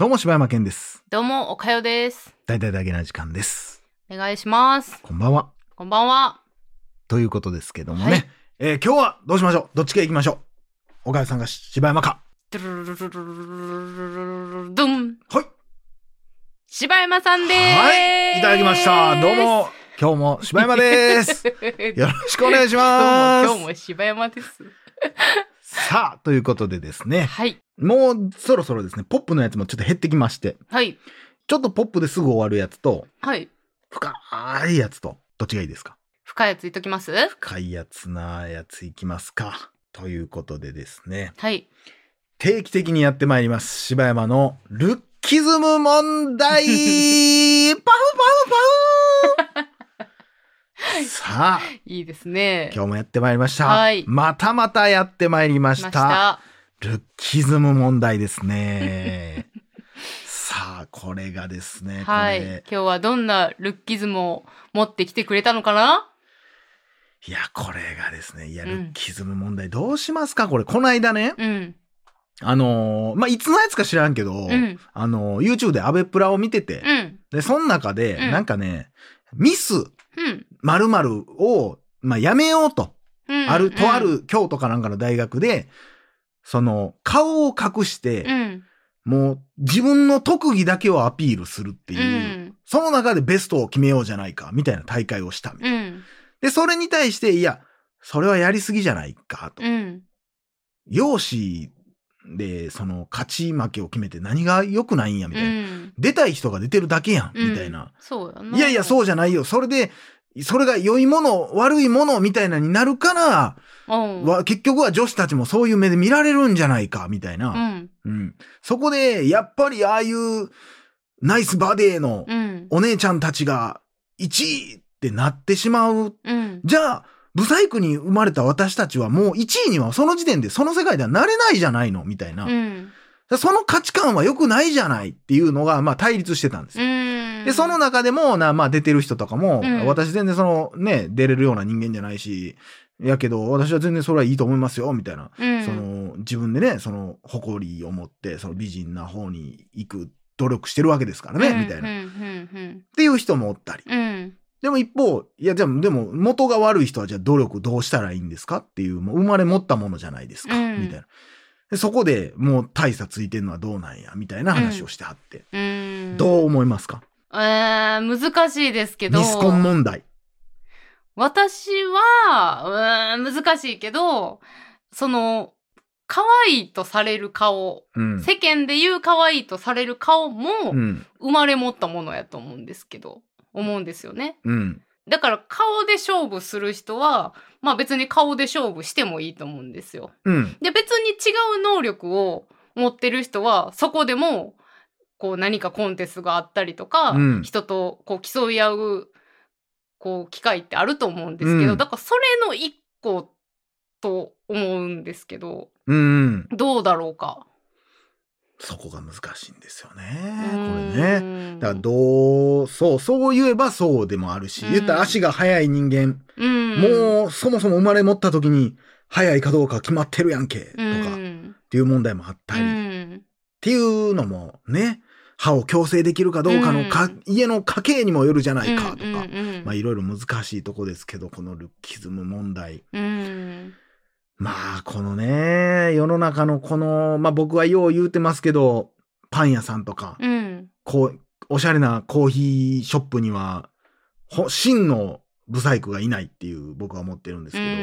どうも、柴山健です。どうも、おかよです。大体だけな時間です。お願いします。こんばんは。こんばんは。ということですけどもね。はいえー今日はどうしましょうどっちか行きましょう。岡谷さんが柴山か。ドゥルルルルルルルルドン。はい。柴山さんではい。ーす。いただきました。どう。も、今日も柴山 です。よろしくお願いし今ま日す。も今日も柴山です。さあ、ということでですね。はい。もうそろそろですね、ポップのやつもちょっと減ってきまして、はい。ちょっとポップですぐ終わるやつと、はい。深いやつと、どっちがいいですか深いやついっときます深いやつなやついきますか。ということでですね。はい。定期的にやってまいります。柴山のルッキズム問題パ フパフパ フさあ、いいですね。今日もやってまいりました。はいまたまたやってまいりま来しまた。した。ルッキズム問題です ね。さあ、これがですね、はい。こ今れ。日はどんなルッキズムを持ってきてくれたのかないや、これがですね、いや、うんルッキズム問題どうしますかこれ、この間ね、うん。あのーまあ、いつのやつか知らんけど、うん。あのー YouTube でアベプラを見てて、うん。で、その中で、うんなんかね、ミスうん。 〇〇を、まあ、やめようと、うん。ある、とある京都かなんかの大学で、その、顔を隠してう、ん。もう自分の特技だけをアピールするってういう、ん。その中でベストを決めようじゃないか、みたいな大会をしたみたい。うん。で、それに対して、いや、それはやりすぎじゃないか、と。うん。容姿で、その、勝ち負けを決めて何が良くないんや、みたいな。うん出たい人が出てるだけやん、みたいな。。そうやな。いやいや、そうじゃないよ。それで、それが良いもの、悪いものみたいなになるから、うん。わ結局は女子たちもそういう目で見られるんじゃないか、みたいうな。ん。うん。そこで、やっぱりああいう、ナイスバディのうん。お姉ちゃんたちが1位ってなってしまう。うん。じゃあ、ブサイクに生まれた私たちはもう1位にはその時点でその世界ではなれないじゃないの、みたいな。うん。その価値観は良くないじゃないっていうのが、まあ対立してたんですようん。で、その中でも、な、まあ出てる人とかも、うん私全然そのね、出れるような人間じゃないし、やけど、私は全然それはいいと思いますよ、みたいな。うん、その、自分でね、その、誇りを持って、その美人な方に行く努力してるわけですからね、うんみたいな。うっん。うん。ていう人もおったり。うん。でも一方、いや、じゃあでも、元が悪い人は、じゃあ努力どうしたらいいんですかっていう、もう生まれ持ったものじゃないですか、うんみたいな。でそこでもう大差ついてんのはどうなんや、みたいな話をしてはって。うん。どう思いますかえー、難しいですけど。ミスコン問題。私は、うーん、難しいけど、その、可愛いとされる顔、うん。世間で言う可愛いとされる顔も、うん。生まれ持ったものやと思うんですけど、思うんですよね。うん。だから顔で勝負する人は、まあ別に顔で勝負してもいいと思うんですよ。うん。で、別に違う能力を持ってる人は、そこでも、こう何かコンテストがあったりとか、うん人とこう競い合う、こう機会ってあると思うんですけど、うんだからそれの一個と思うんですけど、うん。どうだろうか。そこが難しいんですよこね。これね。ねだからどう、そう、そう言えばそうでもあるし、うん言ったら足が速い人間、うん、もうそもそも生まれ持った時に速いかどうか決まってるやんけ、とうん、かっていう問題もあったり、うっんていうのもね、歯を矯正できるかどうかのか、うん家の家計にもよるじゃないか、とか、うんうんうんまあいろいろ難しいとこですけど、このルッキズム問題。うんまあ、このね、世の中のこの、まあ僕はよう言うてますけど、パン屋さんとか、うんこう、おしゃれなコーヒーショップには、ほ真のブサイクがいないっていう僕は思ってるんですうけど、う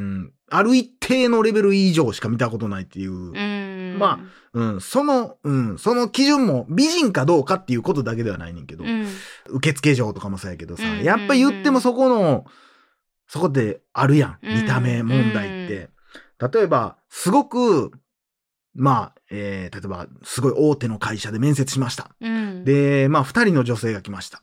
ん、んある一定のレベル以上しか見たことないっていうう、んまうん、その、うん、その基準も美人かどうかっていうことだけではないねんけど、うん受付嬢とかもそうやけどさ、うんうんうんやっぱ言ってもそこの、そこであるやん。うん見た目問題って。例えば、すごく、まあ、えー、例えば、すごい大手の会社で面接しました。うん、で、まあ、二人の女性が来ました。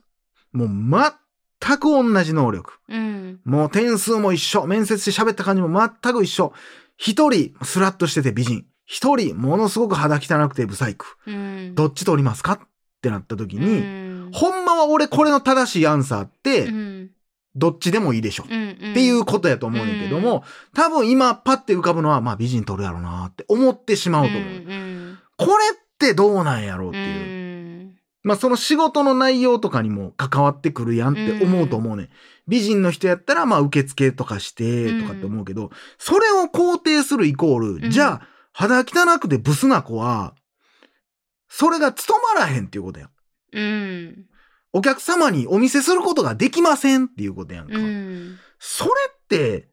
もう、全く同じ能力。うんもう、点数も一緒。面接して喋った感じも全く一緒。一人、スラッとしてて美人。一人、ものすごく肌汚くてブサイク。うん、どっち取りますかってなった時に、うんほんまは俺これの正しいアンサーってう、んどっちでもいいでしょ。っうんうん、ていうことやと思うねんけども、多分今パッて浮かぶのは、まあ美人取るやろなって思ってしまうと思う。うんうんこれっってどうなんやろうっうていう。ん。まあその仕事の内容とかにも関わってくるやんって思うと思うね、ん。美人の人やったらまあ受付とかしてとかって思うけど、それを肯定するイコール、うんじゃあ肌汚くてブスな子は、それが務まらへんっていうことやん。うん。お客様にお見せすることができませんっていうことやんか。うん。それって、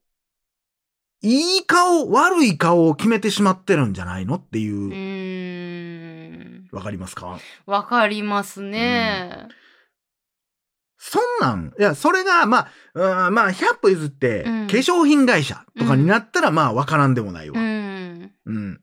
いい顔、悪い顔を決めてしまってるんじゃないのっていうう、ん。わかりますかわかりますね。そんなん、いや、それが、まあ、うんまあ、100歩譲って、うん化粧品会社とかになったら、まあ、わからんでもないうわ。ん。うん。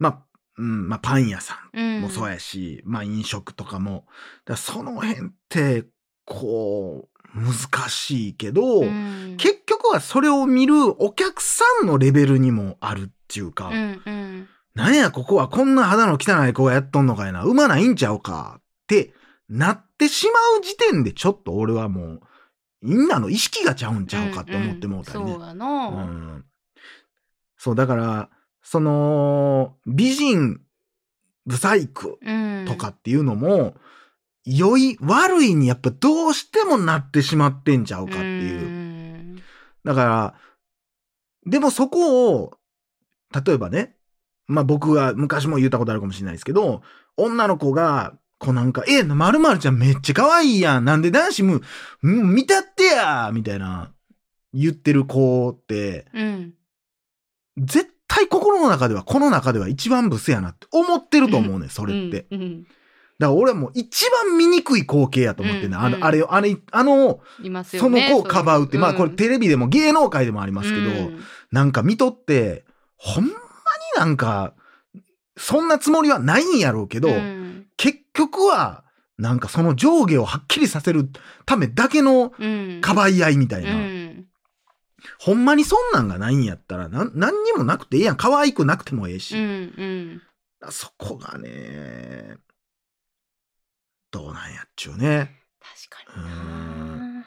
まあ、うん、まあ、パン屋さうんん。もそうやし、まあ、飲食とかも。だからその辺って、こう、難しいけど、うん。結局はそれを見るお客さんのレベルにもあるっていうか、うんうん。なんや、ここはこんな肌の汚い子がやっとんのかいな、うまないんちゃうか、ってなってしまう時点で、ちょっと俺はもう、みんなの意識がちゃうんちゃうかって思ってもうたりんんねそう。やうの。ん。そう、だから、その、美人、ブサイクうん。とか。っていうのも、良い、悪いにやっぱどうしてもなってしまってんちゃうかっていう。ん。だから、でもそこを、例えばね、まあ僕が昔も言ったことあるかもしれないですけど、女の子が、こうなんか、え、まるまるちゃんめっちゃ可愛いやん。なんで男子も、ん見たってやみたいな、言ってる子って、うん。絶対心の中では、この中では一番ブスやなって思ってると思うねん、そこれって。だかうん。ら俺はもう一番醜い光景やと思ってんねん、あうの、んあれを、あれ、あの、いますよそのね。子をかばうって、まあこれでテレビでも芸能界でもありますけど、なんか見とって、ほんまになんか、そんなつもりはないんやろうけど、うん。結局は、なんかその上下をはっきりさせるためだけのうん。かばい合いみたいな。うん。ほんまにそんなんがないんやったら、なん、何にもなくていいやん。可愛くなくてもええし。うん。うん。そこがね、どうなんやっちゅうね。確かにな。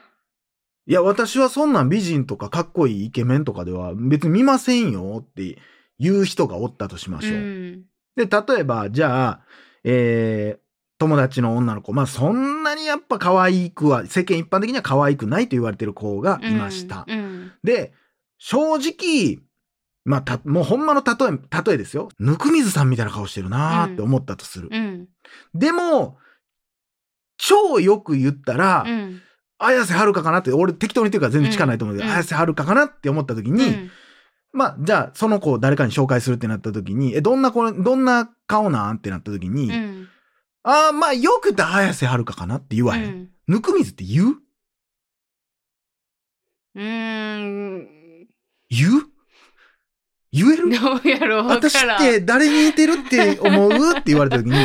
いや、私はそんなん美人とかかっこいいイケメンとかでは別に見ませんよって言う人がおったとしましょう。ん。で、例えば、じゃあ、えー、友達の女の子、まあ、そんなにやっぱ可愛くは、世間一般的には可愛くないと言われてる子がいました。うん。で、正直、まあ、た、もうほんまの例え、例えですよ。ぬくみずさんみたいな顔してるなーって思ったとする。うん。でも、超よく言ったら、うん。綾瀬はるかかなって、俺適当に言ってるから全然近ないと思うけど、うんうん綾瀬はるかかなって思った時に、まあ、じゃあ、その子を誰かに紹介するってなった時に、え、どんな子、どんな顔なんってなった時に、うん。ああ、まあ、よくて綾瀬はるかかなって言わへん。ぬくみずって言ううん。言う言えうん。るどうやろうわか私っらん。て誰に似てるって思うって言われた 時に、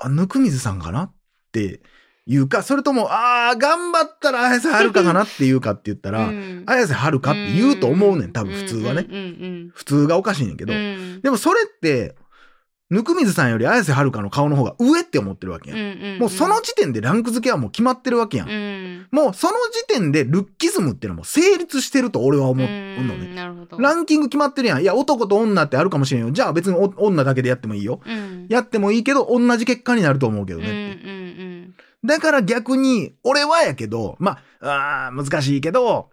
あ、ぬくみずさんかなって言うか、それとも、ああ、頑張ったら綾瀬はるかかなって言うかって言ったら、うん綾瀬はるかって言うと思うねん、多分普通はね。うんうん普通がおかしいねんけうんうど。ん。でもそれって、ぬくみずさんより綾瀬はるかの顔の方が上って思ってるわけやん。うん。もうその時点でランク付けはもう決まってるわけやんう。ん。もうその時点でルッキズムっていうのも成立してると俺は思ううんのね。なるほど。ランキング決まってるやん。いや、男と女ってあるかもしれんよ。じゃあ別にお女だけでやってもいいよ。うん。やってもいいけど、同じ結果になると思うけどうんねうっんて。うん。だから逆に、俺はやけど、まあ、あー難しいけど、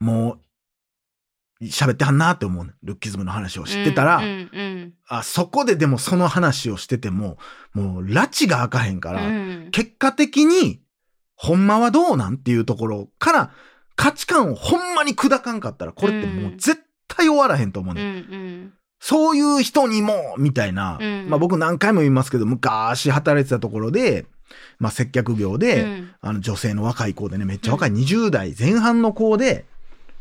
もう、喋ってはんなって思うね。ルッキズムの話を知ってたら、うんうんあ、そこででもその話をしてても、もう、拉致が開かへんかうん。ら、うん結果的に、ほんまはどうなんっていうところから、価値観をほんまに砕かんかったら、これってもう絶対終わらへんと思ううね。んそういう人にも、みたいな。うんまあ僕何回も言いますけど、昔働いてたところで、まあ接客業うで、ん。あの女性の若い子でね、めっちゃ若い20代前半の子で、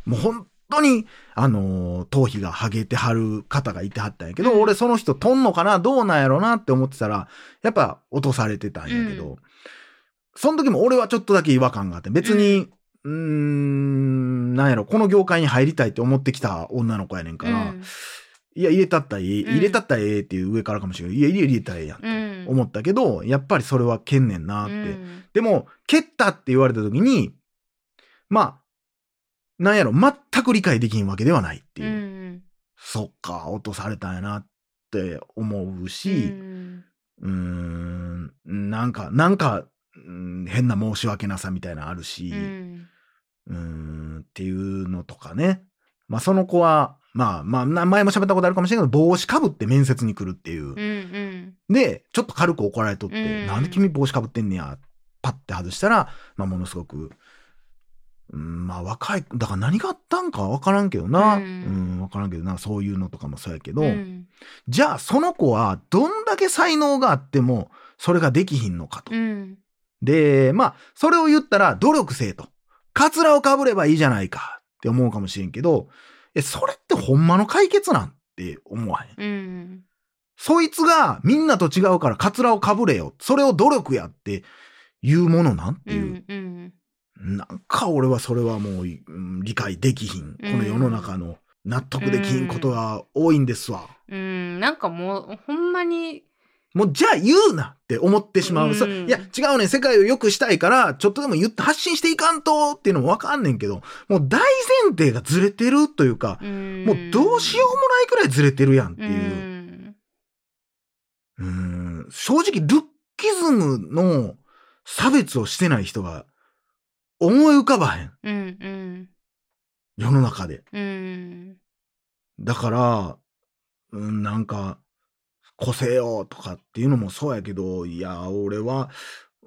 もう本当に、あのー頭皮がハゲてはる方がいてはったんやけど、うん俺その人とんのかなどうなんやろなって思ってたら、やっぱ落とされてたんやけど、うその時も俺はちょっとだけ違和感があって、別に、うーん、なんやろ、この業界に入りたいって思ってきた女の子やねんから、うんいや、入れたったらええ、うん入れたったらええっていう上からかもしれない。いや、入れたらええやんうとん。思ったけど、やっぱりそれはけんねんなって。うんでも、蹴ったって言われた時に、まあ、なんやろ、全く理解できんわけではないっていう。うんそっか、落とされたんやなって思ううし、んうーん、なんか、なんか、うん変な申し訳なさみたいなのあるし、うん。うーんっていうのとかね。まあ、その子は、まあまあ、な前も喋ったことあるかもしれないけど、帽子かぶって面接に来るっていう。うんうん。で、ちょっと軽く怒られとって、うんなんで君帽子かぶってんねや、パッて外したら、まあ、ものすごく、うん、まあ、若い、だから何があったんかわからんけどな。ううんん、わからんけどな、そういうのとかもそうやけど、うんじゃあ、その子はどんだけ才能があっても、それができひんのかと。うん。で、まあ、それを言ったら努力せえと。カツラをかぶればいいじゃないかって思うかもしれんけど、え、それってほんまの解決なんって思わへん。うん。そいつがみんなと違うからカツラをかぶれよ。それを努力やって言うものなんってういう。んうん。なんか俺はそれはもう、うん理解できひん。この世の中の納得できひんことが多いんですわ。うん。なんかもう、ほんまに、もうじゃあ言うなって思ってしまう。うんそいや、違うねん。世界を良くしたいから、ちょっとでも言って発信していかんとっていうのもわかんねんけど、もう大前提がずれてるというか、うんもうどうしようもないくらいずれてるやんってういう。ん。うん正直、ルッキズムの差別をしてない人が思い浮かばへん。うんうん。世の中で。うん。だから、うん、なんか、個性よとかっていうのもそうやけど、いや、俺は、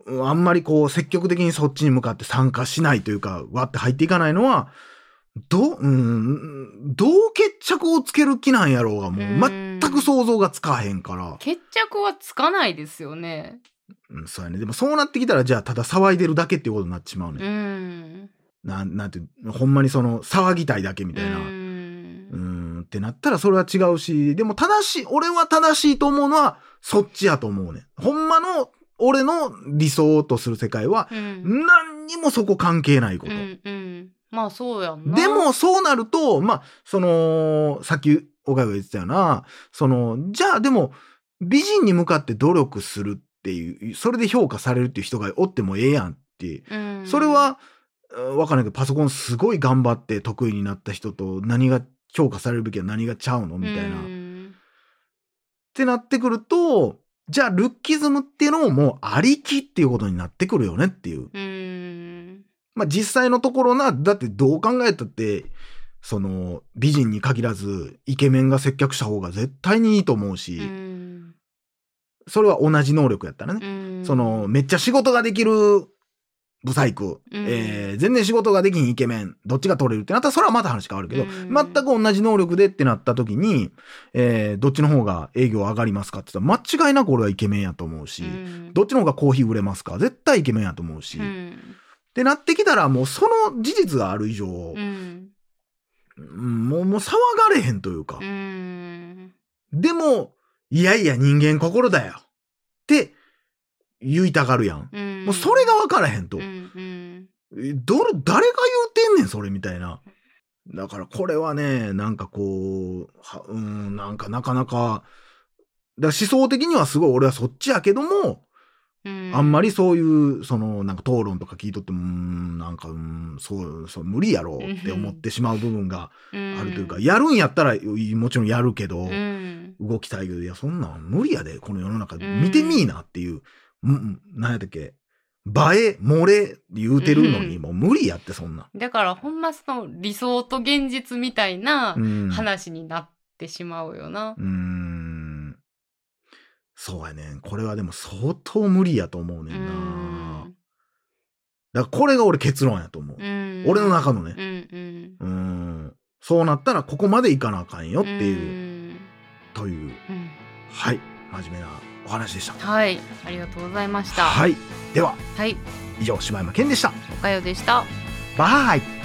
うんあんまりこう、積極的にそっちに向かって参加しないというか、わって入っていかないのは、どう、うん、どう決着をつける気なんやろうが、もう、うん全く想像がつかへんから。決着はつかないですよね。うん、そうやね。でもそうなってきたら、じゃあ、ただ騒いでるだけっていうことになってしまううね。ん。なん、なんていう、ほんまにその、騒ぎたいだけみたいな。うんうーんってなったらそれは違うし、でも正しい、俺は正しいと思うのはそっちやと思うねん。ほんまの俺の理想とする世界はうん。何にもそこ関係ないこうと。んうん。まあそうやんな。でもそうなると、まあ、その、さっき岡井が言ってたよな、その、じゃあでも美人に向かって努力するっていう、それで評価されるっていう人がおってもええやんっていううん、それは、うんわかんないけど、パソコンすごい頑張って得意になった人と何が評価されるべきは何がちゃうのみたいな。っうんてなってくると、じゃあルッキズムっていうのももうありきっていうことになってくるよねっていう。うん。まあ実際のところな、だってどう考えたって、その美人に限らずイケメンが接客した方が絶対にいいと思うし、うんそれは同じ能力やったらね。うんその、めっちゃ仕事ができるブサイク、うんえー全然仕事ができひんイケメン、どっちが取れるってなったら、それはまた話変わるけど、うん全く同じ能力でってなった時に、えーどっちの方が営業上がりますかって言ったら、間違いなく俺はイケメンやと思うし、うんどっちの方がコーヒー売れますか絶対イケメンやと思うし、うっんてなってきたら、もうその事実がある以上、うんうんもう、もう騒がれへんというか、うんでも、いやいや人間心だよって言いたがるやん。うんもうそれが分からへんと。うんうんえどれ、誰が言うてんねん、それ、みたいな。だから、これはね、なんかこう、はうーん、なんかなかなか、だから思想的にはすごい俺はそっちやけども、うんあんまりそういう、その、なんか討論とか聞いとっても、うーん、なんか、うーん、そう、そう、無理やろうって思ってしまう部分があるというか、やるんやったら、いもちろんやるけど、うん動きたいけど、いや、そんなん無理やで、この世の中で。うん見てみいなっていう、うんうん、何やったっけ、映え、漏れ、言うてるのに、うんもう無理やって、そんなん。だからほんまその理想と現実みたいなうん。話になってしまうよなうーん。そうやねん。これはでも相当無理やと思うねんな。だからこれが俺結論やと思う。俺俺の中のうね。んうんうーん。そうなったらここまでいかなあかんよっていう、うんという、うんはい。真面目なお話でした。はいありがとうございましたはい。では、はい以上、柴山健でした。おかよでしたバイ